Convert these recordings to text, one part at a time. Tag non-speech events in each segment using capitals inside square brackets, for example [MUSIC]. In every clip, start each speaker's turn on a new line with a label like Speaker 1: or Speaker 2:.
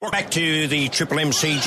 Speaker 1: We're back to the Triple MCG.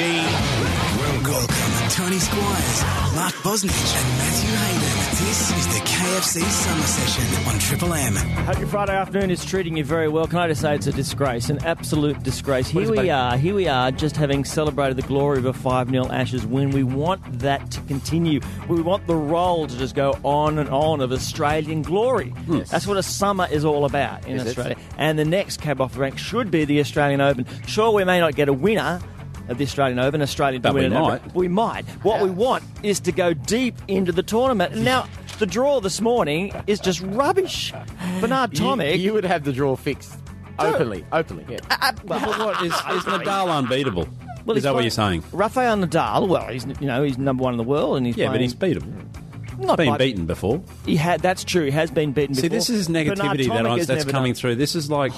Speaker 2: Welcome, Tony Squires, Mark Bosnich, and Matthew Hayden. This is the KFC Summer Session on Triple M.
Speaker 3: Hope your Friday afternoon is treating you very well. Can I just say it's a disgrace, an absolute disgrace. Here
Speaker 4: it,
Speaker 3: we
Speaker 4: buddy?
Speaker 3: are, here we are, just having celebrated the glory of a 5 0 Ashes win. We want that to continue. We want the roll to just go on and on of Australian glory. That's what a summer is all about in
Speaker 4: Is it?
Speaker 3: Australia. And the next cab off the rank should be the Australian Open. Sure, we may not get a winner. Of the Australian Open, Australian
Speaker 4: But we
Speaker 3: win it over-
Speaker 4: might.
Speaker 3: we might. What we want is to go deep into the tournament. And now, the draw this morning is just rubbish. Bernard
Speaker 4: You-
Speaker 3: Tomic.
Speaker 4: You, would have the draw fixed. Openly, openly, yeah.
Speaker 5: But what
Speaker 3: [LAUGHS]
Speaker 5: is, is Nadal unbeatable?
Speaker 3: Well,
Speaker 5: is
Speaker 3: he's
Speaker 5: that what
Speaker 3: playing-
Speaker 5: you're saying?
Speaker 3: Rafael Nadal. Well, he's you know he's number one in the world, and he's
Speaker 5: Yeah, but
Speaker 3: playing-
Speaker 5: he's beatable.
Speaker 3: not
Speaker 5: Been
Speaker 3: by-
Speaker 5: beaten before.
Speaker 3: He had that's true. He has been beaten.
Speaker 5: See,
Speaker 3: before.
Speaker 5: this is
Speaker 3: Bernard
Speaker 5: negativity that
Speaker 3: Tomic
Speaker 5: I,
Speaker 3: has
Speaker 5: that's
Speaker 3: never
Speaker 5: coming
Speaker 3: done-
Speaker 5: through. This is like,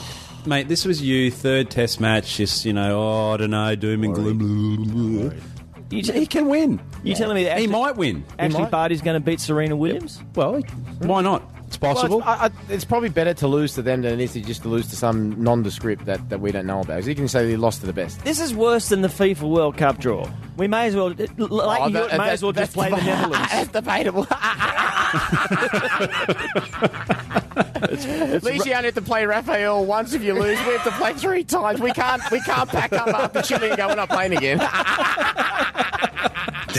Speaker 5: mate, this was you third Test match. Just you know, oh, I don't know, doom and gloom. blah, blah, blah, blah.
Speaker 3: You,
Speaker 5: He
Speaker 3: t-
Speaker 5: can win.
Speaker 3: you telling me that
Speaker 5: He
Speaker 3: Ashley-
Speaker 5: might win.
Speaker 3: Ashley
Speaker 4: might.
Speaker 3: Barty's going to beat Serena Williams?
Speaker 5: Well, he- why not? It's
Speaker 4: Well,
Speaker 5: possible.
Speaker 4: it's, I, I, it's probably better to lose to them than it is to just to lose to some nondescript that, that we don't know about. 'Cause you can say they lost to the best.
Speaker 3: This is worse than the FIFA World Cup draw. We may as well, like
Speaker 4: Oh,
Speaker 3: you
Speaker 4: that-
Speaker 3: may
Speaker 4: that-
Speaker 3: as well just
Speaker 4: that's
Speaker 3: play the
Speaker 5: [LAUGHS]
Speaker 4: deba-
Speaker 3: Netherlands.
Speaker 4: [LAUGHS] that's debatable. At least you only have to play Raphael once. If you lose, we have to play three times. We can't. We can't pack up after Chile and go. We're not playing [LAUGHS] again.
Speaker 2: The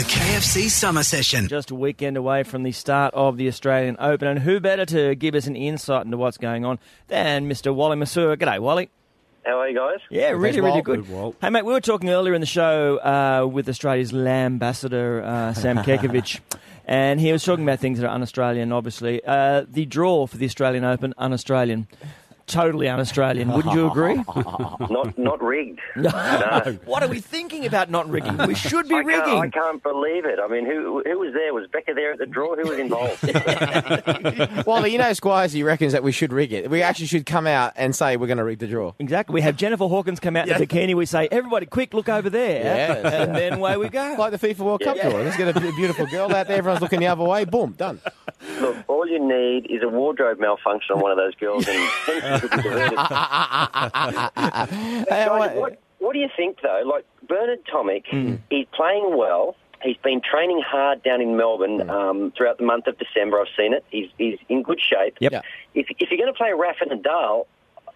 Speaker 2: KFC Summer Session.
Speaker 3: Just a weekend away from the start of the Australian Open, and who better to give us an insight into what's going on than Mr. Wally Masur? G'day, Wally.
Speaker 6: How are you guys?
Speaker 3: Yeah, really,
Speaker 4: Walt.
Speaker 3: really good.
Speaker 5: Good, Walt.
Speaker 3: Hey, mate, we were talking earlier in the show uh, with Australia's Lambassador, uh, Sam Kekovich, and he was talking about things that are un Australian, obviously. Uh, the draw for the Australian Open, un Australian. Totally un Australian, wouldn't you agree?
Speaker 6: Not not
Speaker 3: [LAUGHS]
Speaker 6: rigged.
Speaker 3: what are we thinking about not rigging? We should be
Speaker 6: I, can't, I
Speaker 3: rigging.
Speaker 6: can't believe it. I mean, who who was there? Was Becca there at the draw? Who was
Speaker 3: [LAUGHS]
Speaker 6: involved?
Speaker 4: [LAUGHS] Well, you know, Squires, he reckons that we should rig it. We actually should come out and say we're going to rig the draw.
Speaker 3: Exactly. We have Jennifer Hawkins come out in the bikini. We say, everybody, quick, look over there.
Speaker 4: Yes.
Speaker 3: [LAUGHS] And then away we go.
Speaker 4: Like the FIFA World Cup draw. There's going to be a beautiful girl out there. Everyone's looking the other way. Boom, done.
Speaker 6: Look, all you need is a wardrobe malfunction on one of those
Speaker 3: [LAUGHS]
Speaker 6: girls, and things could be diverted. Guys, what, what do you think though? Like Bernard Tomic,
Speaker 3: Hmm.
Speaker 6: he's playing well. He's been training hard down in Melbourne
Speaker 3: Hmm.
Speaker 6: um, throughout the month of December. I've seen it. He's, he's in good shape.
Speaker 3: Yep.
Speaker 4: Yeah.
Speaker 6: If, if you're going to play Rafa Nadal,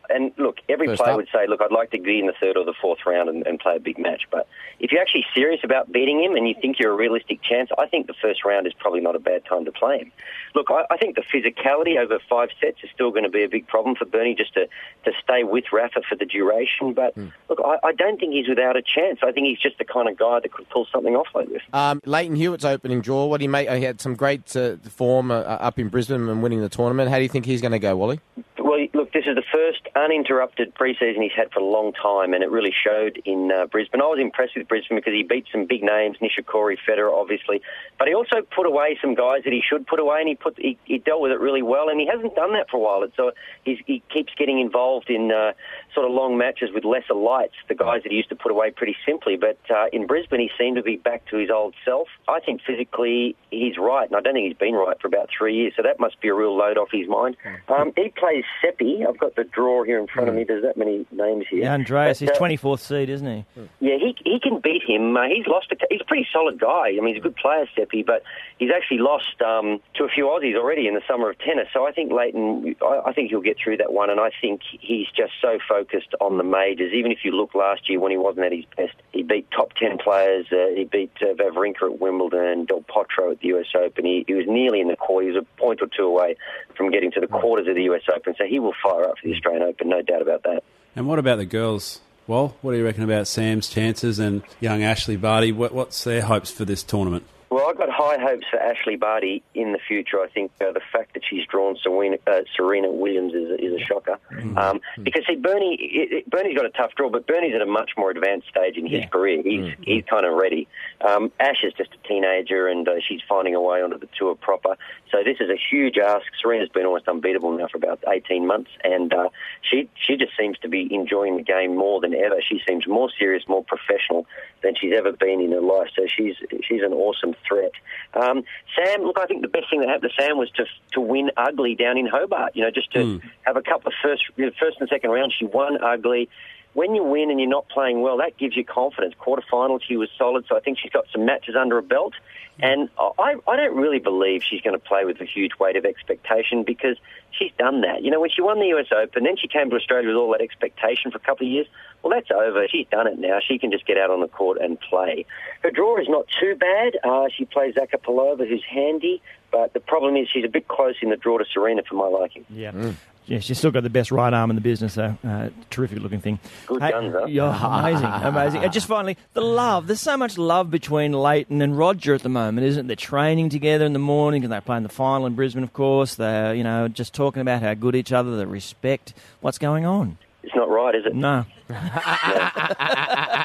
Speaker 6: and look, every
Speaker 4: First
Speaker 6: player
Speaker 4: up.
Speaker 6: would say, look, I'd like to be in the third or the fourth round and, and play a big match. But if you're actually serious about beating him and you think you're a realistic chance, I think the first round is probably not a bad time to play him. Look, I, I think the physicality over five sets is still going to be a big problem for Bernie just to, to stay with Rafa for the duration. But
Speaker 4: Hmm.
Speaker 6: look, I, I don't think he's without a chance. I think he's just the kind of guy that could pull something off like this.
Speaker 4: Um, Leighton Hewitt's opening draw. What do you make? Oh, He had some great uh, form uh, up in Brisbane and winning the tournament. How do you think he's going to go, Wally?
Speaker 6: Well, look, this is the first uninterrupted preseason he's had for a long time, and it really showed in uh, Brisbane. I was impressed with Brisbane because he beat some big names, Nishikori, Federer, obviously, but he also put away some guys that he should put away, and he put he, he dealt with it really well, and he hasn't done that for a while. And so he's, he keeps getting involved in uh, sort of long matches with lesser lights, the guys that he used to put away pretty simply. But uh, in Brisbane, he seemed to be back to his old self. I think physically he's right, and I don't think he's been right for about three years, so that must be a real load off his mind.
Speaker 3: Hmm.
Speaker 6: Um, he plays Seppi. I've got the draw here in front of me. There's that many names here.
Speaker 3: Yeah, Andreas,
Speaker 6: But,
Speaker 3: he's
Speaker 6: uh,
Speaker 3: 24th seed, isn't he?
Speaker 6: yeah, he he can beat him. Uh, he's lost. A, he's a pretty solid guy. I mean, he's a good player, Seppi, but he's actually lost um, to a few Aussies already in the summer of tennis. So I think Leighton, I, I think he'll get through that one. And I think he's just so focused on the majors. Even if you look last year when he wasn't at his best, he beat top ten players. Uh, he beat uh, Vavrinka at Wimbledon, Del Potro at the US Open. He, he was nearly in the core. He was a point or two away from getting to the quarters of the US Open. So he will fire up for the Australian Open, no doubt about that.
Speaker 5: and what about the girls? Well, what do you reckon about Sam's chances and young Ashley Barty? What, what's their hopes for this tournament?
Speaker 6: Well, I've got high hopes for Ashley Barty in the future. I think uh, the fact that she's drawn Serena, uh, Serena Williams is, a- is a shocker. Um, because, see, Bernie, it, it- Bernie's got a tough draw, but Bernie's at a much more advanced stage in his career. He's, he's kind of ready. Um, Ash is just a teenager and uh, she's finding a way onto the tour proper. So this is a huge ask. Serena's been almost unbeatable now for about 18 months and uh, she, she just seems to be enjoying the game more than ever. She seems more serious, more professional than she's ever been in her life. So she's she's an awesome threat. Um, Sam, look, I think the best thing that happened to Sam was to to win ugly down in Hobart. You know, just to have a couple of first you know, first and second rounds. She won ugly. when you win and you're not playing well, that gives you confidence. Quarterfinal, she was solid, so I think she's got some matches under her belt. And I, I don't really believe she's going to play with a huge weight of expectation because she's done that. You know, when she won the US Open, then she came to Australia with all that expectation for a couple of years. Well, that's over. She's done it now. She can just get out on the court and play. Her draw is not too bad. Uh, she plays Zakapalova, who's handy, but the problem is she's a bit close in the draw to Serena for my liking.
Speaker 3: Yeah. Yeah, she's still got the best right arm in the business, though. Uh, terrific looking thing.
Speaker 6: Good guns, huh?
Speaker 3: Yeah, amazing, amazing. And just finally, the love. There's so much love between Leighton and Roger at the moment, isn't it? They're training together in the morning, and they play in the final in Brisbane, of course. They're, you know, just talking about how good each other, the respect. What's going on?
Speaker 6: It's not right, is it?
Speaker 3: No.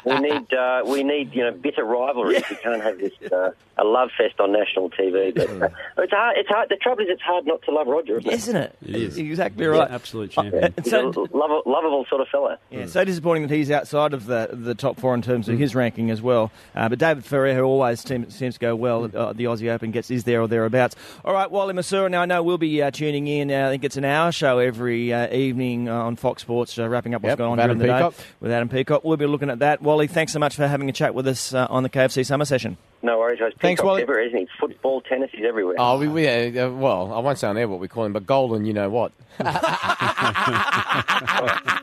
Speaker 6: We need uh, we need you know bitter rivalries. We can't have this uh, a love fest on national TV. But uh, it's hard. It's hard. The trouble is, it's hard not to love Roger, isn't it?
Speaker 3: Isn't it?
Speaker 5: It is.
Speaker 3: Exactly
Speaker 5: He's
Speaker 3: right. Uh,
Speaker 5: an absolute champion.
Speaker 3: And
Speaker 6: He's
Speaker 3: so-
Speaker 6: a lo- lovable sort of fella.
Speaker 3: Yeah, so disappointing that he's outside of the the top four in terms of his ranking as well. Uh, but David Ferrer, who always seem, seems to go well at uh, the Aussie Open, gets is there or thereabouts. All right, Wally Masura. Now I know we'll be uh, tuning in. Uh, I think it's an hour show every uh, evening uh, on Fox Sports, uh, wrapping up what's
Speaker 4: Yep,
Speaker 3: going on
Speaker 4: with Adam
Speaker 3: during the
Speaker 4: Peacock.
Speaker 3: day with Adam Peacock. We'll be looking at that. Wally, thanks so much for having a chat with us uh, on the KFC Summer Session.
Speaker 6: No worries, guys.
Speaker 4: Thanks,
Speaker 6: Peacock's
Speaker 4: Wally.
Speaker 6: everywhere, isn't he? Football, tennis, he's everywhere.
Speaker 4: Oh, we, we uh, uh, well, I won't say on air what we call him, but golden, you know what?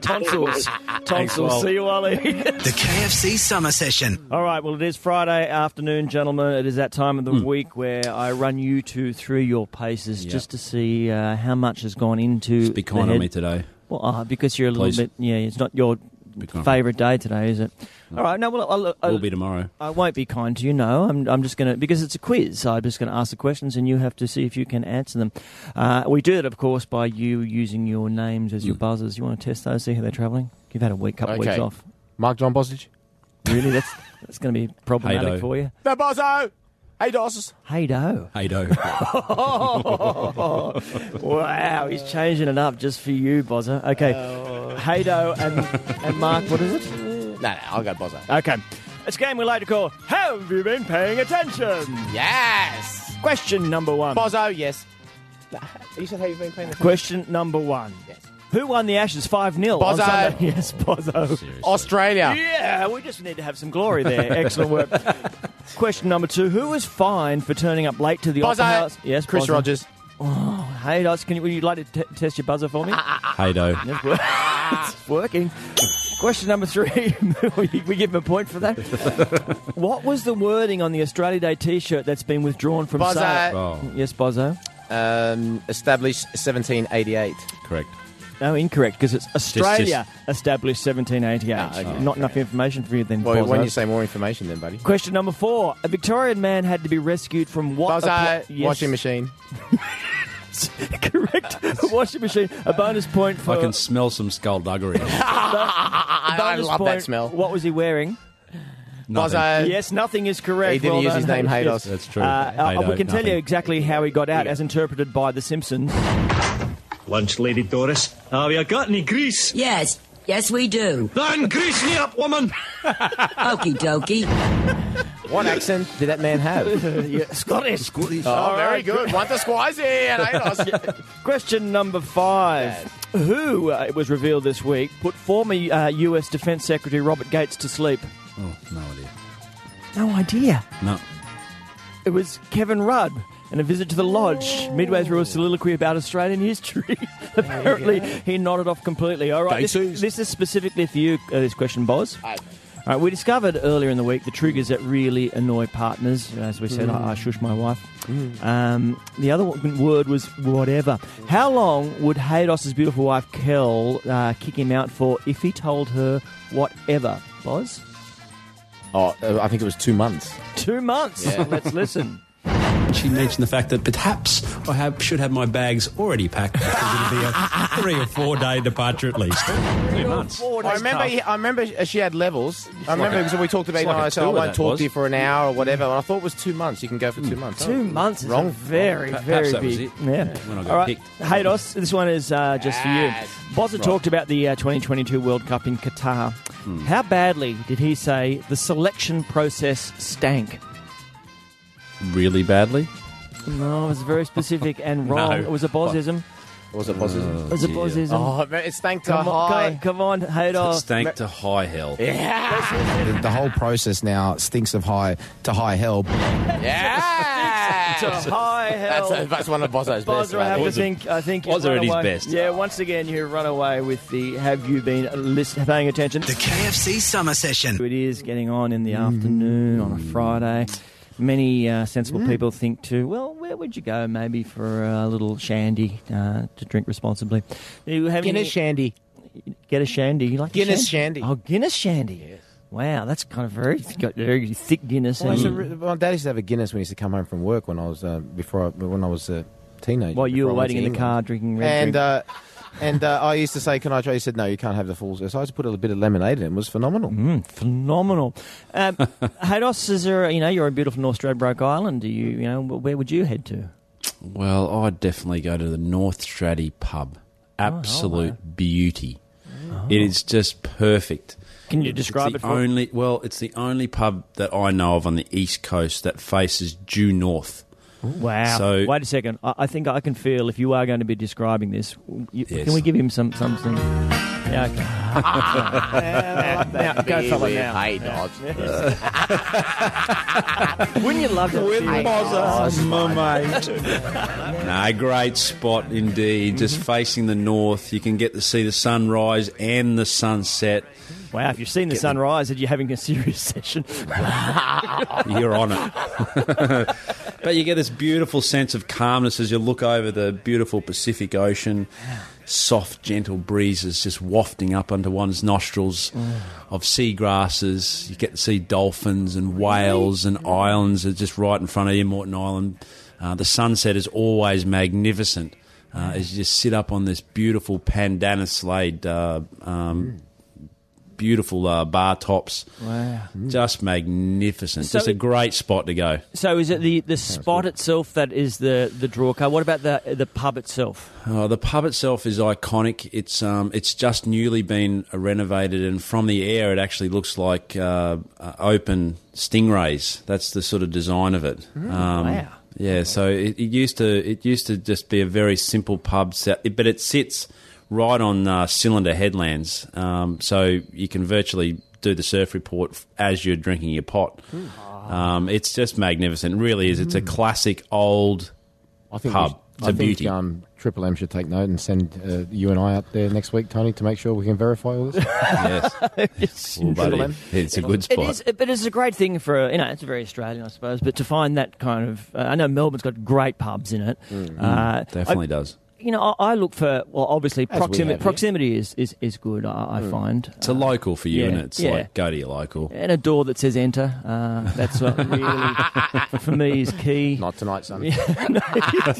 Speaker 3: Tonsils, tonsils.
Speaker 5: Wally.
Speaker 3: See you, Wally.
Speaker 2: The KFC Summer Session.
Speaker 3: All right, well, it is Friday afternoon, gentlemen. It is that time of the week where I run you two through your paces
Speaker 5: Yeah.
Speaker 3: just to see uh, how much has gone into.
Speaker 5: Just be
Speaker 3: the
Speaker 5: kind on
Speaker 3: head-
Speaker 5: me today.
Speaker 3: Well, uh, because you're a little
Speaker 5: Please.
Speaker 3: bit. Yeah, it's not your
Speaker 5: Be kind.
Speaker 3: favourite day today, is it? All right, no, well, I'll, I'll,
Speaker 5: Will be tomorrow.
Speaker 3: I won't be kind to you, no. I'm, I'm just going to, because it's a quiz, I'm just going to ask the questions and you have to see if you can answer them. Uh, we do it, of course, by you using your names as your
Speaker 5: Mm.
Speaker 3: buzzers. You want to test those, see how they're travelling? You've had a week, couple of weeks
Speaker 4: Okay.
Speaker 3: off.
Speaker 4: Mark John Bosage.
Speaker 3: Really?
Speaker 5: [LAUGHS]
Speaker 3: That's, that's going to be problematic
Speaker 5: Hey-do.
Speaker 3: for you.
Speaker 4: The Bozo. Hey, Doss.
Speaker 3: Hey, do. [LAUGHS]
Speaker 5: Hey, do.
Speaker 3: Wow, he's changing it up just for you, Bozza. Okay. Haydo and, and Mark, what is it?
Speaker 4: No, no, I'll go Bozo.
Speaker 3: Okay. It's a game we like to call Have You Been Paying Attention?
Speaker 4: Yes.
Speaker 3: Question number one.
Speaker 4: Bozo, yes. You said how you've been playing this.
Speaker 3: Question number one.
Speaker 4: Yes.
Speaker 3: Who won the Ashes 5 0 [LAUGHS]
Speaker 4: Bozzo.
Speaker 3: Yes, Bozzo.
Speaker 4: Australia.
Speaker 3: Yeah, we just need to have some glory
Speaker 4: [LAUGHS]
Speaker 3: there. Excellent work. Question number two. Who was fined for turning up late to the Opera
Speaker 4: Bozo.
Speaker 3: House? Yes,
Speaker 4: Chris
Speaker 3: Bozzo.
Speaker 4: Rogers.
Speaker 3: Hey, Dice, can you, would you like to t- test your buzzer for me?
Speaker 4: Ah,
Speaker 5: hey, do.
Speaker 3: It's wor- it's working. [LAUGHS] Question number three. [LAUGHS] we, we give him a point for
Speaker 4: [LAUGHS]
Speaker 3: that. what was the wording on the Australia Day T-shirt that's been withdrawn from
Speaker 4: Bozzo.
Speaker 3: sale?
Speaker 5: Oh,
Speaker 3: Yes, Bozo.
Speaker 4: Um, established 1788.
Speaker 5: correct.
Speaker 3: No, incorrect because it's Australia established 1788.
Speaker 4: Ah, okay.
Speaker 3: Not enough information for you then,
Speaker 4: Well,
Speaker 3: Bozo.
Speaker 4: why don't you say more information then, buddy?
Speaker 3: Question number four. A Victorian man had to be rescued from what?
Speaker 4: Bozo,
Speaker 3: apl- yes.
Speaker 4: washing machine.
Speaker 3: [LAUGHS] correct.
Speaker 4: [LAUGHS]
Speaker 3: A washing machine. A bonus point for.
Speaker 5: I can smell some skullduggery.
Speaker 4: Ah,
Speaker 3: a
Speaker 4: I
Speaker 3: bonus
Speaker 4: love that
Speaker 3: point.
Speaker 4: smell.
Speaker 3: What was he wearing?
Speaker 5: Nothing.
Speaker 4: Bozo.
Speaker 3: yes, nothing is correct.
Speaker 4: He didn't
Speaker 3: Well
Speaker 4: use
Speaker 3: done,
Speaker 4: his name,
Speaker 3: Hayes.
Speaker 4: Haydos.
Speaker 5: That's true.
Speaker 3: [LAUGHS] Uh,
Speaker 5: Hey,
Speaker 3: uh, we
Speaker 5: do,
Speaker 3: can tell you
Speaker 5: nothing.
Speaker 3: exactly how he got out, as interpreted by The Simpsons.
Speaker 1: Lunch, Lady Doris. Have you got any grease?
Speaker 7: Yes, yes, we do.
Speaker 1: Then grease me up, woman!
Speaker 7: Okie dokie.
Speaker 4: What accent did that man have?
Speaker 3: [LAUGHS] Scottish. Scottish.
Speaker 4: oh, very good. Want the eh, squires here, and [LAUGHS] Ados.
Speaker 3: Question number five. Who, uh, it was revealed this week, put former uh, US Defense Secretary Robert Gates to sleep?
Speaker 5: Oh, no idea.
Speaker 3: No idea.
Speaker 5: No.
Speaker 3: It was Kevin Rudd. And a visit to the lodge, midway through a soliloquy about Australian history. [LAUGHS] Apparently, he nodded off completely. All right, this,
Speaker 5: Gatesies.
Speaker 3: this is specifically for you, uh, this question, Boz. All right, we discovered earlier in the week the triggers that really annoy partners. As we said, I, I shush my wife. Um, the other one- word was whatever. How long would Haydos's beautiful wife, Kel, uh, kick him out for if he told her whatever, Boz?
Speaker 4: Oh, uh, I think it was two months.
Speaker 3: Two months.
Speaker 4: Yeah.
Speaker 3: Let's listen.
Speaker 5: She mentioned the fact that perhaps I have, should have my bags already packed because it'll be a three or four day departure at least. Three months.
Speaker 4: I remember. He, I remember sh- uh, she had levels. I remember because we talked about.
Speaker 5: it's
Speaker 4: it,
Speaker 5: like
Speaker 4: and
Speaker 5: a
Speaker 4: I said I
Speaker 5: tour
Speaker 4: won't
Speaker 5: that
Speaker 4: talk
Speaker 5: was.
Speaker 4: to you for an hour or whatever. And I thought it was two months. You can go for two months.
Speaker 3: Two
Speaker 4: Oh.
Speaker 3: months is
Speaker 4: Wrong.
Speaker 3: a very,
Speaker 5: Perhaps
Speaker 3: very
Speaker 5: that was
Speaker 3: big.
Speaker 5: it.
Speaker 3: Yeah.
Speaker 5: When I got
Speaker 3: All right.
Speaker 5: picked.
Speaker 3: Haydos, this one is uh, just
Speaker 4: Yes.
Speaker 3: for you. Bozza talked about the uh, 2022 World Cup in Qatar.
Speaker 5: Hmm.
Speaker 3: How badly did he say the selection process stank?
Speaker 5: Really badly?
Speaker 3: No, it was very specific and wrong.
Speaker 5: [LAUGHS] No.
Speaker 3: It was a Bozism.
Speaker 4: Or was it Bozism?
Speaker 3: Is it Bozism?
Speaker 4: Oh, man, it's thank to
Speaker 3: come, on,
Speaker 4: high.
Speaker 3: come, come on, Hadar.
Speaker 8: Stank to high hell.
Speaker 3: Eh.
Speaker 9: The, the whole process now stinks of high to high hell.
Speaker 4: Yeah!
Speaker 3: Hi, hell.
Speaker 4: that's, [LAUGHS] that's one of [LAUGHS] Bozo's best.
Speaker 3: Bozza, I have
Speaker 4: mate.
Speaker 3: to think. I think you've
Speaker 8: Bozza at
Speaker 3: run
Speaker 8: his
Speaker 3: away-
Speaker 8: best.
Speaker 3: Yeah, once again, you run away with the "Have you been list- paying attention?"
Speaker 2: The KFC Summer Session.
Speaker 3: It is getting on in the
Speaker 8: Mm-hmm.
Speaker 3: afternoon on a Friday. Many uh, sensible people think too. Well, where would you go? Maybe for a little shandy uh, to drink responsibly. Do you have
Speaker 4: Guinness
Speaker 3: any-
Speaker 4: Shandy.
Speaker 3: Get a shandy. You like a
Speaker 4: Guinness shandy.
Speaker 3: Oh, Guinness shandy. Wow, that's kind of very got very thick Guinness.
Speaker 4: Well,
Speaker 3: and-
Speaker 4: it's a re- well, Dad used to have a Guinness when he used to come home from work when I was uh, before I, when I was a teenager.
Speaker 3: while you
Speaker 4: before
Speaker 3: were
Speaker 4: I went
Speaker 3: waiting
Speaker 4: to
Speaker 3: in the
Speaker 4: England.
Speaker 3: car drinking red
Speaker 4: and
Speaker 3: drink.
Speaker 4: uh, and uh, I used to say, "Can I try?" He said, "No, you can't have the full." So I just put a bit of lemonade in. it. It was phenomenal.
Speaker 3: Mm, phenomenal.
Speaker 4: [LAUGHS]
Speaker 3: Um, Hados, is there? You know, you're in beautiful North Stradbroke Island. Do you? You know, where would you head to?
Speaker 8: Well, I'd definitely go to the North Stratty pub.
Speaker 3: Oh,
Speaker 8: Absolute beauty. It is just perfect.
Speaker 3: Can you describe it
Speaker 8: it's the
Speaker 3: for? me?
Speaker 8: only well, it's the only pub that I know of on the east coast that faces due north.
Speaker 3: Wow.
Speaker 8: So-
Speaker 3: Wait a second. I, I think I can feel if you are going to be describing this. You,
Speaker 8: Yes.
Speaker 3: Can we give him some something? Yeah. Okay. now, go fella, now. Wouldn't you love to see it?
Speaker 8: [LAUGHS] No, great spot indeed. Just facing the north, you can get to see the sunrise and the sunset.
Speaker 3: Wow, if you've seen the sunrise and you're having a serious [LAUGHS] session.
Speaker 8: You're on it. but you get this beautiful sense of calmness as you look over the beautiful Pacific Ocean. Soft, gentle breezes just wafting up onto one's nostrils
Speaker 3: Mm.
Speaker 8: of seagrasses. You get to see dolphins and whales and islands that are just right in front of you, Morton Island. Uh, the sunset is always magnificent
Speaker 3: Mm.
Speaker 8: uh, as you just sit up on this beautiful Pandanus laid uh, um, beautiful uh, bar tops.
Speaker 3: Wow. Mm.
Speaker 8: Just magnificent.
Speaker 3: So
Speaker 8: Just a
Speaker 3: it-
Speaker 8: great spot to go.
Speaker 3: So is it the, the spot itself that is the, the draw card? What about the the pub itself?
Speaker 8: Uh, the pub itself is iconic. It's um, it's just newly been renovated, and from the air, it actually looks like uh, uh, open stingrays. That's the sort of design of it. um,
Speaker 3: wow.
Speaker 8: Yeah, so it, it used to it used to just be a very simple pub, set, it- but it sits right on uh, Cylinder Headlands, um, so you can virtually do the surf report f- as you're drinking your pot. Um, it's just magnificent. It really is. It's a classic old.
Speaker 4: I think
Speaker 8: Pub.
Speaker 4: we should-
Speaker 8: It's
Speaker 4: I
Speaker 8: a
Speaker 4: think,
Speaker 8: beauty.
Speaker 4: Um, Triple M should take note and send uh, you and I out there next week, Tony, to make sure we can verify all this.
Speaker 3: [LAUGHS]
Speaker 8: Yes. Well, buddy, it's a good
Speaker 3: It
Speaker 8: spot.
Speaker 3: is, but it's a great thing for you know. It's very Australian, I suppose. But to find that kind of, uh, I know Melbourne's got great pubs in it. Uh,
Speaker 8: Definitely
Speaker 3: I-
Speaker 8: does.
Speaker 3: You know, I, I look for well, obviously
Speaker 4: As we have here.
Speaker 3: proximity. Proximity is, is is good. I, I find
Speaker 8: It's a local for you,
Speaker 3: yeah,
Speaker 8: and it's
Speaker 3: yeah.
Speaker 8: like go to your local.
Speaker 3: and a door that says enter. Uh, that's what really for me is key.
Speaker 4: [LAUGHS] Not [LAUGHS] tonight, son.
Speaker 3: No,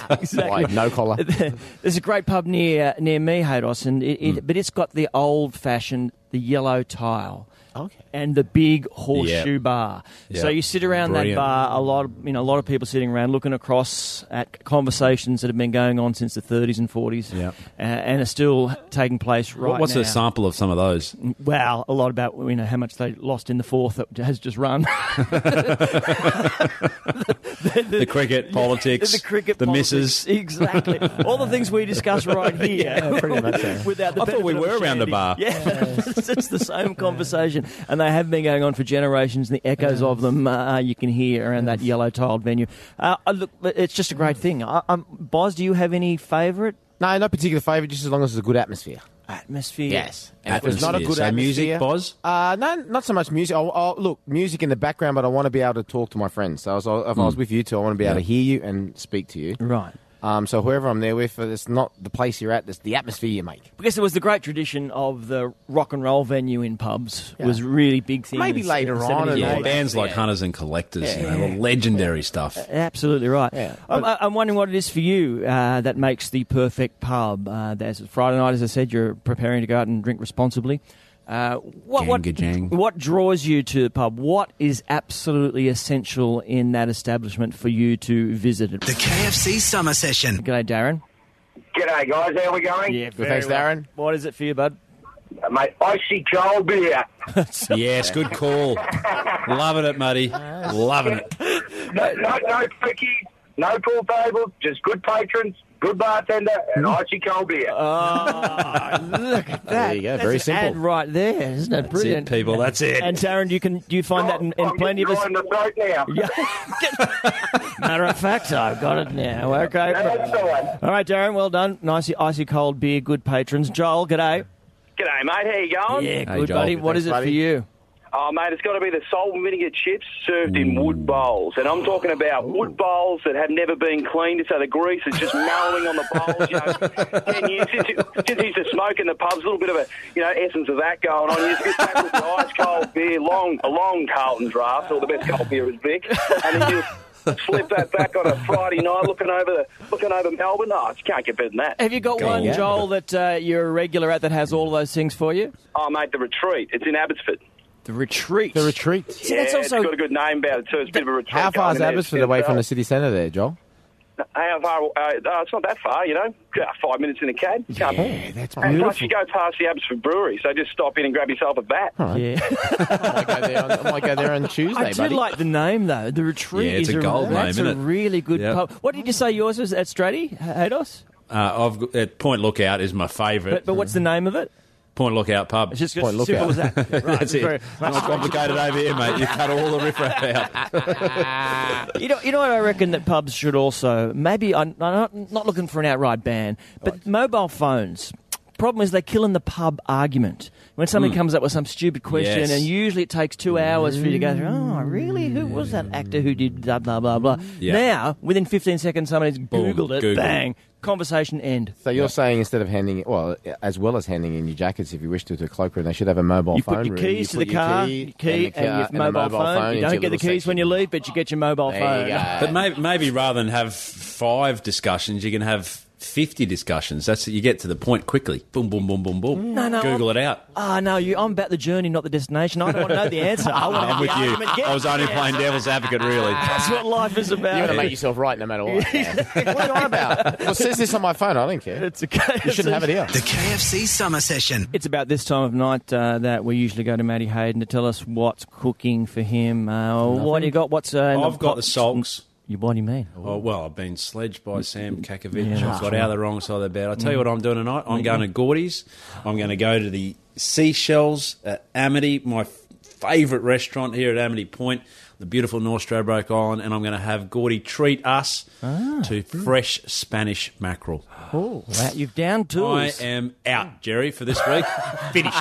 Speaker 3: exactly.
Speaker 4: Why? [LAUGHS] No collar.
Speaker 3: [LAUGHS] There's a great pub near near me, Hados, and it, it, but it's got the old fashioned, the yellow tile.
Speaker 4: Okay.
Speaker 3: And the big horseshoe bar.
Speaker 8: Yeah.
Speaker 3: So you sit around
Speaker 8: Brilliant.
Speaker 3: that bar. A lot, of, you know, a lot of people sitting around looking across at conversations that have been going on since the 30s and 40s,
Speaker 8: Yeah.
Speaker 3: uh, and are still taking place right
Speaker 8: What's
Speaker 3: now.
Speaker 8: a sample of some of
Speaker 3: [LAUGHS]
Speaker 8: those?
Speaker 3: Wow, a lot about you know how much they lost in the fourth that has just run.
Speaker 8: The
Speaker 3: [LAUGHS]
Speaker 8: cricket, politics,
Speaker 3: the cricket,
Speaker 8: the
Speaker 3: politics.
Speaker 8: misses.
Speaker 3: [LAUGHS] exactly. All the things we discuss right here.
Speaker 4: pretty much, yeah.
Speaker 3: Without the
Speaker 8: I thought we
Speaker 3: benefit of
Speaker 8: were
Speaker 3: a
Speaker 8: around a
Speaker 3: shandy.
Speaker 8: bar.
Speaker 3: Yeah, [LAUGHS] it's the same conversation, and they have been going on for generations. And the echoes of them uh, you can hear around that yellow-tiled venue. Uh, uh, look, it's just a great thing. I, i Boz, do you have any favourite
Speaker 4: No, no particular favourite, just as long as it's a good atmosphere.
Speaker 3: atmosphere?
Speaker 4: And if it's not a
Speaker 8: Atmosphere.
Speaker 4: good
Speaker 8: So music,
Speaker 4: atmosphere-
Speaker 8: Boz?
Speaker 4: Uh, no, not so much music. I'll, I'll, look, music in the background, but I want to be able to talk to my friends. So I was, if I was with you two, I want to be able to hear you and speak to you.
Speaker 3: Right.
Speaker 4: Um, so whoever I'm there with, it's not the place you're at, it's the atmosphere you make.
Speaker 3: Because there was the great tradition of the rock and roll venue in pubs was really big thing.
Speaker 4: Maybe
Speaker 3: in the
Speaker 4: later on
Speaker 3: 70s.
Speaker 4: and
Speaker 8: Yeah,
Speaker 4: all that.
Speaker 8: bands like Hunters and Collectors, you know, legendary
Speaker 3: [LAUGHS]
Speaker 8: stuff.
Speaker 3: Absolutely right.
Speaker 4: Yeah.
Speaker 3: I'm, I'm wondering what it is for you uh, that makes the perfect pub. Uh, there's Friday night, as I said, you're preparing to go out and drink responsibly. Uh, what, what,
Speaker 8: Gangajang.
Speaker 3: what draws you to the pub? What is absolutely essential in that establishment for you to visit it?
Speaker 2: The KFC Summer Session.
Speaker 3: G'day, Darren.
Speaker 6: G'day, guys. How we going?
Speaker 4: Well, thanks, Darren.
Speaker 3: What is it for you, bud?
Speaker 6: Uh, Mate, icy cold beer.
Speaker 8: yes, good call. Loving it, Muddy. Loving it.
Speaker 6: No, no, no cookies, no pool tables, just good patrons,
Speaker 10: good bartender, and icy cold beer.
Speaker 3: Oh, Look at that.
Speaker 4: There you go, very
Speaker 3: That's an
Speaker 4: simple.
Speaker 3: ad right there, isn't it?
Speaker 8: That's
Speaker 3: Brilliant.
Speaker 8: it, people. That's it.
Speaker 3: And Darren, you can you find that in, in
Speaker 10: I'm
Speaker 3: plenty of
Speaker 10: getting
Speaker 3: us.
Speaker 10: dry in the throat now.
Speaker 3: Yeah. Matter of fact, I've got it now. Okay.
Speaker 10: That's the one.
Speaker 3: All right, Darren, well done. Nice icy cold beer, good patrons. Joel, g'day.
Speaker 10: G'day, mate. How you going?
Speaker 3: Yeah,
Speaker 8: Hey,
Speaker 3: good
Speaker 8: Joel.
Speaker 3: buddy. What
Speaker 4: Thanks,
Speaker 3: is it for
Speaker 4: buddy.
Speaker 3: you?
Speaker 10: Oh, mate, it's got to be the salt and vinegar chips served in wood bowls. And I'm talking about wood bowls that have never been cleaned, so the grease is just mellowing on the bowls. You know, 10 years since, you- since you used to smoke in the pubs, a little bit of a, you know, essence of that going on. You just get back with the ice cold beer, long, a long Carlton draft, or the best cold beer is Vic. And then you just slip that back on a Friday night looking over the, looking over Melbourne. Oh, you can't get better than that.
Speaker 3: Have you got one,
Speaker 8: on.
Speaker 3: Joel, that uh, you're a regular at that has all those things for you?
Speaker 10: Oh, mate, the retreat. It's in Abbotsford.
Speaker 3: The retreat.
Speaker 4: The retreat.
Speaker 3: See, that's
Speaker 10: yeah,
Speaker 3: also-
Speaker 10: it's got a good name about it too. It's a bit of a retreat.
Speaker 4: How far is
Speaker 10: going in there.
Speaker 4: Abbotsford away from
Speaker 10: Yeah.
Speaker 4: the city centre there, Joel?
Speaker 10: How far? Uh, uh, it's not that far, you know. Uh, Five minutes in a cab. Yeah,
Speaker 4: that's
Speaker 10: And
Speaker 4: beautiful.
Speaker 10: plus, you go past the Abbotsford Brewery, so just stop in and grab yourself a bat.
Speaker 3: Yeah.
Speaker 4: I might go there on, [LAUGHS] I might go there on Tuesday,
Speaker 3: I do
Speaker 4: buddy.
Speaker 3: like the name though. The retreat
Speaker 8: Yeah, it's
Speaker 3: is
Speaker 8: a gold
Speaker 3: that's
Speaker 8: name,
Speaker 3: a
Speaker 8: isn't it?
Speaker 3: really good
Speaker 8: Yep.
Speaker 3: pub. What did you say yours was at Strady? Hados?
Speaker 8: Uh, I've got, uh, Point Lookout is my favourite.
Speaker 3: But, but what's the name of it?
Speaker 8: Point Lookout pub.
Speaker 3: It's just
Speaker 4: Point
Speaker 3: simple
Speaker 4: Lookout.
Speaker 3: as that. Right,
Speaker 8: That's
Speaker 3: it's
Speaker 8: it.
Speaker 3: very-
Speaker 8: Not complicated over here, mate. You cut all the riffraff out.
Speaker 3: You know, you know what I reckon that pubs should also maybe I'm, I'm not, not looking for an outright ban, but mobile phones. Problem is they're killing the pub argument. When somebody comes up with some stupid question,
Speaker 8: Hmm. Yes. Mm.
Speaker 3: and usually it takes two hours for you to go, through, oh, really? Who was that actor who did blah blah blah blah?
Speaker 8: Yeah.
Speaker 3: Now, within 15 seconds, somebody's
Speaker 8: Boom,
Speaker 3: googled it.
Speaker 8: Google.
Speaker 3: Bang, conversation end.
Speaker 4: So you're saying instead of handing, well, as well as handing in your jackets, if you wish to, to a cloakroom, they should have a mobile
Speaker 3: You
Speaker 4: phone.
Speaker 3: put your
Speaker 4: room.
Speaker 3: keys
Speaker 4: You
Speaker 3: to
Speaker 4: put
Speaker 3: the
Speaker 4: your
Speaker 3: car,
Speaker 4: key
Speaker 3: your key, and,
Speaker 4: the
Speaker 3: your
Speaker 4: car-
Speaker 3: mobile, phone. You
Speaker 4: into
Speaker 3: don't
Speaker 4: your
Speaker 3: get the
Speaker 4: little
Speaker 3: keys when you
Speaker 4: section.
Speaker 3: leave, but you get your mobile
Speaker 4: There
Speaker 3: phone.
Speaker 4: you go.
Speaker 8: But maybe, maybe rather than have five discussions, you can have 50 discussions. That's You get to the point quickly. Boom, boom, boom, boom, boom.
Speaker 3: No, no,
Speaker 8: Google it out.
Speaker 3: Ah, no, you, I'm about the journey, not the destination. I don't want to know the
Speaker 4: [LAUGHS]
Speaker 3: answer. I want to
Speaker 8: I'm
Speaker 3: have
Speaker 8: with
Speaker 3: the
Speaker 8: you.
Speaker 3: argument. Get
Speaker 8: I was only
Speaker 3: the
Speaker 8: playing
Speaker 3: answer.
Speaker 8: devil's advocate,
Speaker 3: [LAUGHS]
Speaker 8: really.
Speaker 3: That's what life is about.
Speaker 4: You want to make yourself right no matter what.
Speaker 3: [LAUGHS]
Speaker 4: man. what are you on about? [LAUGHS] Well, it says this on my phone. I don't care. [LAUGHS]
Speaker 3: it's okay.
Speaker 4: you shouldn't have [LAUGHS] it here.
Speaker 2: The KFC Summer Session.
Speaker 3: It's about this time of night uh, that we usually go to Matty Hayden to tell us what's cooking for him. Uh, what do you got? What's uh, in
Speaker 8: I've got the sulks.
Speaker 3: You, what do you mean?
Speaker 8: Oh, well, I've been sledged by Sam Kakovic.
Speaker 3: Yeah,
Speaker 8: I've got out of the wrong side of the bed. I tell you what I'm doing tonight. I'm going to Gordy's. I'm going to go to the Seashells at Amity, my f- favourite restaurant here at Amity Point, the beautiful North Stradbroke Island, and I'm going to have Gordy treat us to fresh Spanish mackerel.
Speaker 3: Oh, wow, you've down
Speaker 8: I
Speaker 3: tools.
Speaker 8: am out, Jerry, for this week. Finished.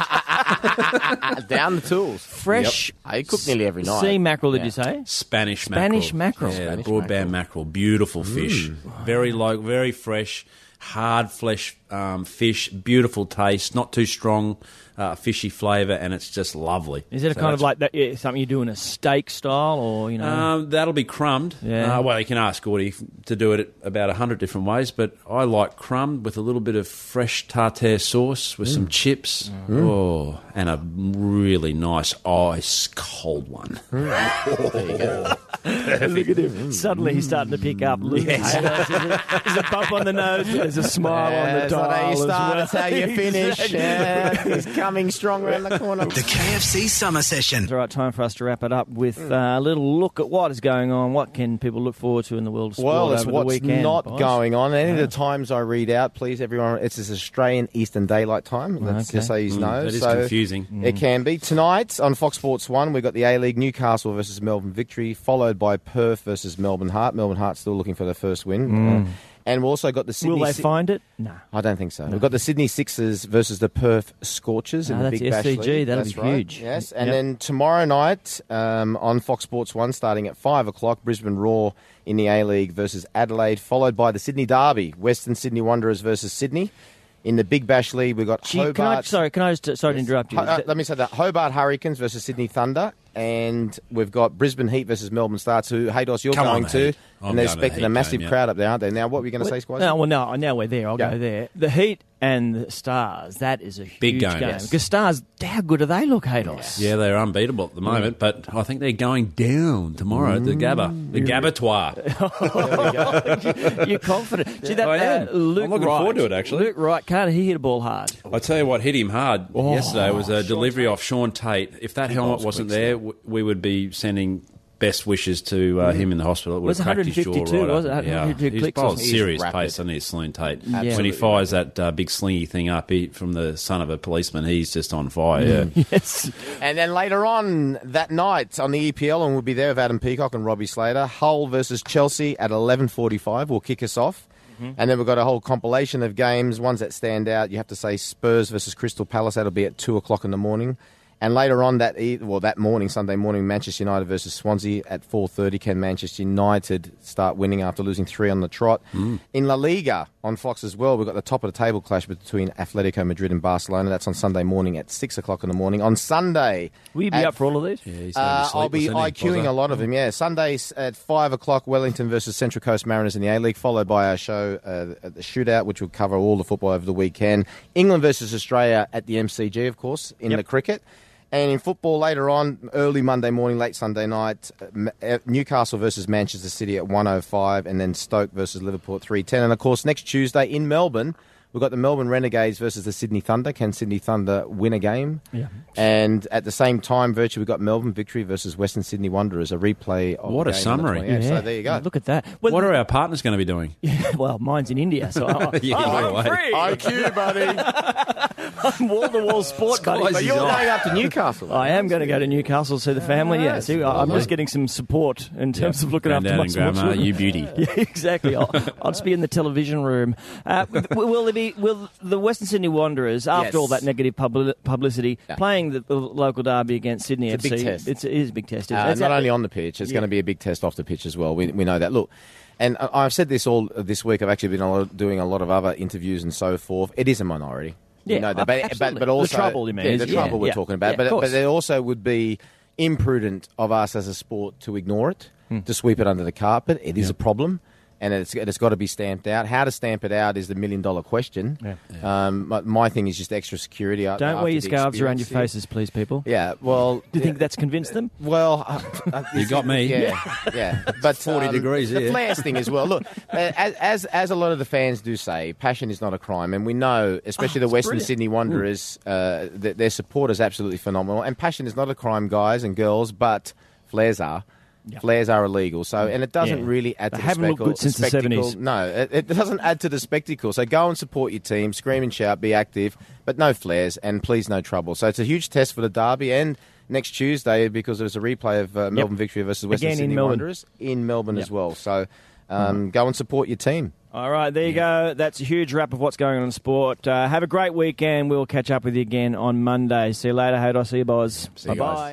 Speaker 4: Down the
Speaker 3: [LAUGHS]
Speaker 4: tools.
Speaker 3: Fresh
Speaker 4: I Oh, cook nearly every night.
Speaker 3: sea mackerel, did
Speaker 4: Yeah.
Speaker 3: you say?
Speaker 8: Spanish
Speaker 3: Spanish mackerel.
Speaker 8: Yeah,
Speaker 4: Spanish
Speaker 8: the broadband mackerel. Beautiful fish. Very low, very fresh, hard flesh um, fish. Beautiful taste. Not too strong, uh, fishy flavour, and it's just lovely.
Speaker 3: Is it a
Speaker 8: So
Speaker 3: kind of
Speaker 8: that's-
Speaker 3: like that? Yeah, something you do in a steak style, or you know?
Speaker 8: Um, that'll be crumbed.
Speaker 3: Yeah.
Speaker 8: Uh, well, you can ask Gordy to do it about a hundred different ways, but I like crumbed with a little bit of fresh tartare sauce with some chips. Oh, and a really nice ice cold one.
Speaker 3: Suddenly he's starting to pick up. Look, there's a bump on the nose. There's a smile Oh, on the
Speaker 4: That's not
Speaker 3: dial.
Speaker 4: how you
Speaker 3: as
Speaker 4: start,
Speaker 3: well.
Speaker 4: that's
Speaker 3: [LAUGHS]
Speaker 4: how you finish.
Speaker 3: Exactly.
Speaker 4: Yeah, [LAUGHS] he's coming strong around the corner.
Speaker 2: The KFC Summer Session.
Speaker 3: It's all right time for us to wrap it up with
Speaker 4: Mm.
Speaker 3: uh, a little look at what is going on. What can people look forward to in the world of sport
Speaker 4: Well, it's
Speaker 3: over
Speaker 4: what's
Speaker 3: the weekend?
Speaker 4: not
Speaker 3: boys?
Speaker 4: going on. Any of the times I read out, please, everyone, it's this Australian Eastern Daylight Time. That's
Speaker 3: Okay. Mm.
Speaker 4: just so you know.
Speaker 8: Mm, that is
Speaker 4: So
Speaker 8: confusing.
Speaker 4: It can be. Tonight on Fox Sports 1, we've got the A League Newcastle versus Melbourne victory, followed by Perth versus Melbourne Heart. Melbourne Heart still looking for their first win. Uh, and we've also got the Sydney.
Speaker 3: Mm. Will they
Speaker 4: Si-
Speaker 3: find it? No.
Speaker 4: I don't think so. We've got the Sydney Sixers versus the Perth Scorchers in
Speaker 3: No,
Speaker 4: the
Speaker 3: that's
Speaker 4: Big Bash
Speaker 3: SCG.
Speaker 4: League.
Speaker 3: That'll
Speaker 4: That's
Speaker 3: be
Speaker 4: right.
Speaker 3: huge.
Speaker 4: Yes, and
Speaker 3: Yep.
Speaker 4: then tomorrow night um, on Fox Sports One, starting at five o'clock, Brisbane Roar in the A League versus Adelaide, followed by the Sydney Derby, Western Sydney Wanderers versus Sydney. In the Big Bash League, we've got
Speaker 3: Gee,
Speaker 4: Hobart.
Speaker 3: can I, sorry, can I just sorry to interrupt you?
Speaker 4: Ho- uh, let me say that Hobart Hurricanes versus Sydney Thunder, and we've got Brisbane Heat versus Melbourne Stars. Who, Haydos, you're
Speaker 8: Come on,
Speaker 4: going
Speaker 8: the
Speaker 4: to,
Speaker 8: Heat. I'm
Speaker 4: and they're
Speaker 8: going to the
Speaker 4: expecting
Speaker 8: Heat
Speaker 4: a massive
Speaker 8: game, yeah.
Speaker 4: crowd up there, aren't they? Now, what were you going to say, Squires?
Speaker 3: no, well, no, now we're there. I'll
Speaker 4: Yeah.
Speaker 3: go there. The Heat and the Stars. That is a huge
Speaker 8: Big game. Yes.
Speaker 3: Because Stars, how good do they look, Hados?
Speaker 8: Yeah, they're unbeatable at the moment, but I think they're going down tomorrow at the Gabba,
Speaker 3: Mm.
Speaker 8: the Gabatoir.
Speaker 3: You're
Speaker 8: [LAUGHS]
Speaker 3: confident. See that?
Speaker 8: I am.
Speaker 3: Uh,
Speaker 8: I'm
Speaker 3: Luke
Speaker 8: looking
Speaker 3: Wright-
Speaker 8: forward to it, actually.
Speaker 3: Luke Wright can't he hit a ball
Speaker 8: [LAUGHS]
Speaker 3: hard?
Speaker 8: I tell you what hit him hard
Speaker 3: Oh.
Speaker 8: yesterday was a delivery off Sean Tate. If that helmet wasn't there, w- we would be sending best wishes to uh, him in the hospital. It would
Speaker 3: Was
Speaker 8: have cracked his jaw
Speaker 3: 152,
Speaker 8: right
Speaker 3: was
Speaker 8: up.
Speaker 3: it? 152
Speaker 8: He's
Speaker 3: clicks or
Speaker 8: bowled
Speaker 3: something. He's
Speaker 8: serious
Speaker 3: rapid.
Speaker 8: pace, doesn't he, Sloan Tate?
Speaker 3: Yeah.
Speaker 8: When he
Speaker 3: Absolutely.
Speaker 8: fires that uh, big slingy thing up he, from the son of a policeman, he's just on fire.
Speaker 3: Mm.
Speaker 8: Yeah.
Speaker 3: yes.
Speaker 4: And then later on that night on the EPL, and we'll be there with Adam Peacock and Robbie Slater. Hull versus Chelsea at 11:45 will kick us off. And then we've got a whole compilation of games, ones that stand out. You have to say Spurs versus Crystal Palace. That'll be at two o'clock in the morning. And later on that e- well that morning, Sunday morning, Manchester United versus Swansea at 4:30. Can Manchester United start winning after losing three on the trot? In La Liga on Fox as well, we've got the top of the table clash between Atletico Madrid and Barcelona. That's on Sunday morning at six o'clock in the morning. On Sunday,
Speaker 3: Will you be
Speaker 4: at-
Speaker 3: up for all of these?
Speaker 4: uh, I'll be IQing a lot of them, yeah. Sundays at 5 o'clock, Wellington versus Central Coast Mariners in the A League, followed by our show uh, at the shootout, which will cover all the football over the weekend. England versus Australia at the MCG, of course, in
Speaker 3: Yep.
Speaker 4: the cricket. And in football later on, early Monday morning, late Sunday night, uh, M- uh, Newcastle versus Manchester City at 105, and then Stoke versus Liverpool at 310. And of course, next Tuesday in Melbourne, we've got the Melbourne Renegades versus the Sydney Thunder. Can Sydney Thunder win a game?
Speaker 3: Yeah.
Speaker 4: And at the same time, virtually, we've got Melbourne victory versus Western Sydney Wanderers, a replay of
Speaker 8: What a
Speaker 4: the game on the
Speaker 8: summary.
Speaker 4: 28th. So there you go.
Speaker 3: Look at that. Well,
Speaker 8: What are our partners going to be
Speaker 4: [LAUGHS]
Speaker 8: doing?
Speaker 3: [LAUGHS]
Speaker 8: [LAUGHS]
Speaker 3: well mine's in India, so I'm,
Speaker 8: Yeah,
Speaker 3: I'm
Speaker 8: by the way.
Speaker 3: free.
Speaker 4: IQ, buddy.
Speaker 3: I'm
Speaker 8: [LAUGHS]
Speaker 3: wall-to-wall sport, buddy.
Speaker 4: [LAUGHS] but you're going up to Newcastle.
Speaker 3: I am going to go to Newcastle see the
Speaker 8: Ah,
Speaker 3: family. Yeah, see, I- I'm just getting some support in terms of looking after
Speaker 8: Granddad
Speaker 3: my
Speaker 8: and grandma,
Speaker 3: children.
Speaker 8: you beauty.
Speaker 3: [LAUGHS] Yeah, exactly. I'll, I'll just be in the television room. Uh, w- will there be? Will the Western Sydney Wanderers, after
Speaker 4: Yes.
Speaker 3: all that negative publi- publicity, playing the, the local derby against Sydney
Speaker 4: It's a
Speaker 3: FC?
Speaker 4: big test.
Speaker 3: It's, it is a big test.
Speaker 4: Uh,
Speaker 3: It's-
Speaker 4: not only on the pitch, it's
Speaker 3: Yeah.
Speaker 4: going to be a big test off the pitch as well. We, we know that. Look, and I- I've said this all this week. I've actually been a lot- doing a lot of other interviews and so forth. It is a minority. We
Speaker 3: Yeah,
Speaker 4: know that.
Speaker 3: ab-
Speaker 4: But, but,
Speaker 3: absolutely.
Speaker 4: but
Speaker 3: The
Speaker 4: also
Speaker 3: trouble, you mean,
Speaker 4: Yeah,
Speaker 3: is-
Speaker 4: the
Speaker 3: yeah,
Speaker 4: trouble we're
Speaker 3: yeah,
Speaker 4: talking
Speaker 3: yeah,
Speaker 4: about.
Speaker 3: of
Speaker 4: but,
Speaker 3: course.
Speaker 4: but it also would be imprudent of us as a sport to ignore it,
Speaker 3: Hmm.
Speaker 4: to sweep it under the carpet. It is a problem. And it's, and it's got to be stamped out. How to stamp it out is the million dollar question.
Speaker 3: Yeah.
Speaker 4: Um, my, my thing is just extra security. a-
Speaker 3: don't
Speaker 4: after
Speaker 3: wear your
Speaker 4: the
Speaker 3: scarves around your
Speaker 4: experience.
Speaker 3: faces, please, people.
Speaker 4: Yeah, well.
Speaker 3: Do you think that's convinced them?
Speaker 4: Well, uh, uh,
Speaker 8: You
Speaker 4: this
Speaker 8: got
Speaker 4: is-
Speaker 8: me.
Speaker 4: Yeah, yeah. But um,
Speaker 8: 40 degrees
Speaker 4: The
Speaker 8: here.
Speaker 4: flares thing as
Speaker 3: [LAUGHS]
Speaker 4: well. Look, uh, as, as as a lot of the fans do say, passion is not a crime, and we know, especially the Western
Speaker 3: Ah, brilliant. Hmm.
Speaker 4: Sydney Wanderers, uh, that their support is absolutely phenomenal. And passion is not a crime, guys and girls, but flares are. Flares are illegal, so and it doesn't
Speaker 3: Yeah.
Speaker 4: really add to
Speaker 3: They
Speaker 4: the
Speaker 3: haven't looked
Speaker 4: speckle-
Speaker 3: good since the
Speaker 4: spectacle.
Speaker 3: 70s.
Speaker 4: No, it, it doesn't add to the spectacle. So go and support your team, scream and shout, be active, but no flares and please no trouble. So it's a huge test for the derby and next Tuesday because there's a replay of uh, Melbourne Victory versus Western
Speaker 3: Again in
Speaker 4: Sydney
Speaker 3: Melbourne.
Speaker 4: Wanderers in Melbourne as
Speaker 3: Yep. Mm-hmm.
Speaker 4: well. So um, go and support your team.
Speaker 3: [LAUGHS] All right, there you go. That's a huge wrap of what's going on in sport. Uh, have a great weekend. We'll catch up with you again on Monday. See you later, Hados. See you, boys.
Speaker 8: you
Speaker 3: Bye
Speaker 8: guys.
Speaker 3: bye.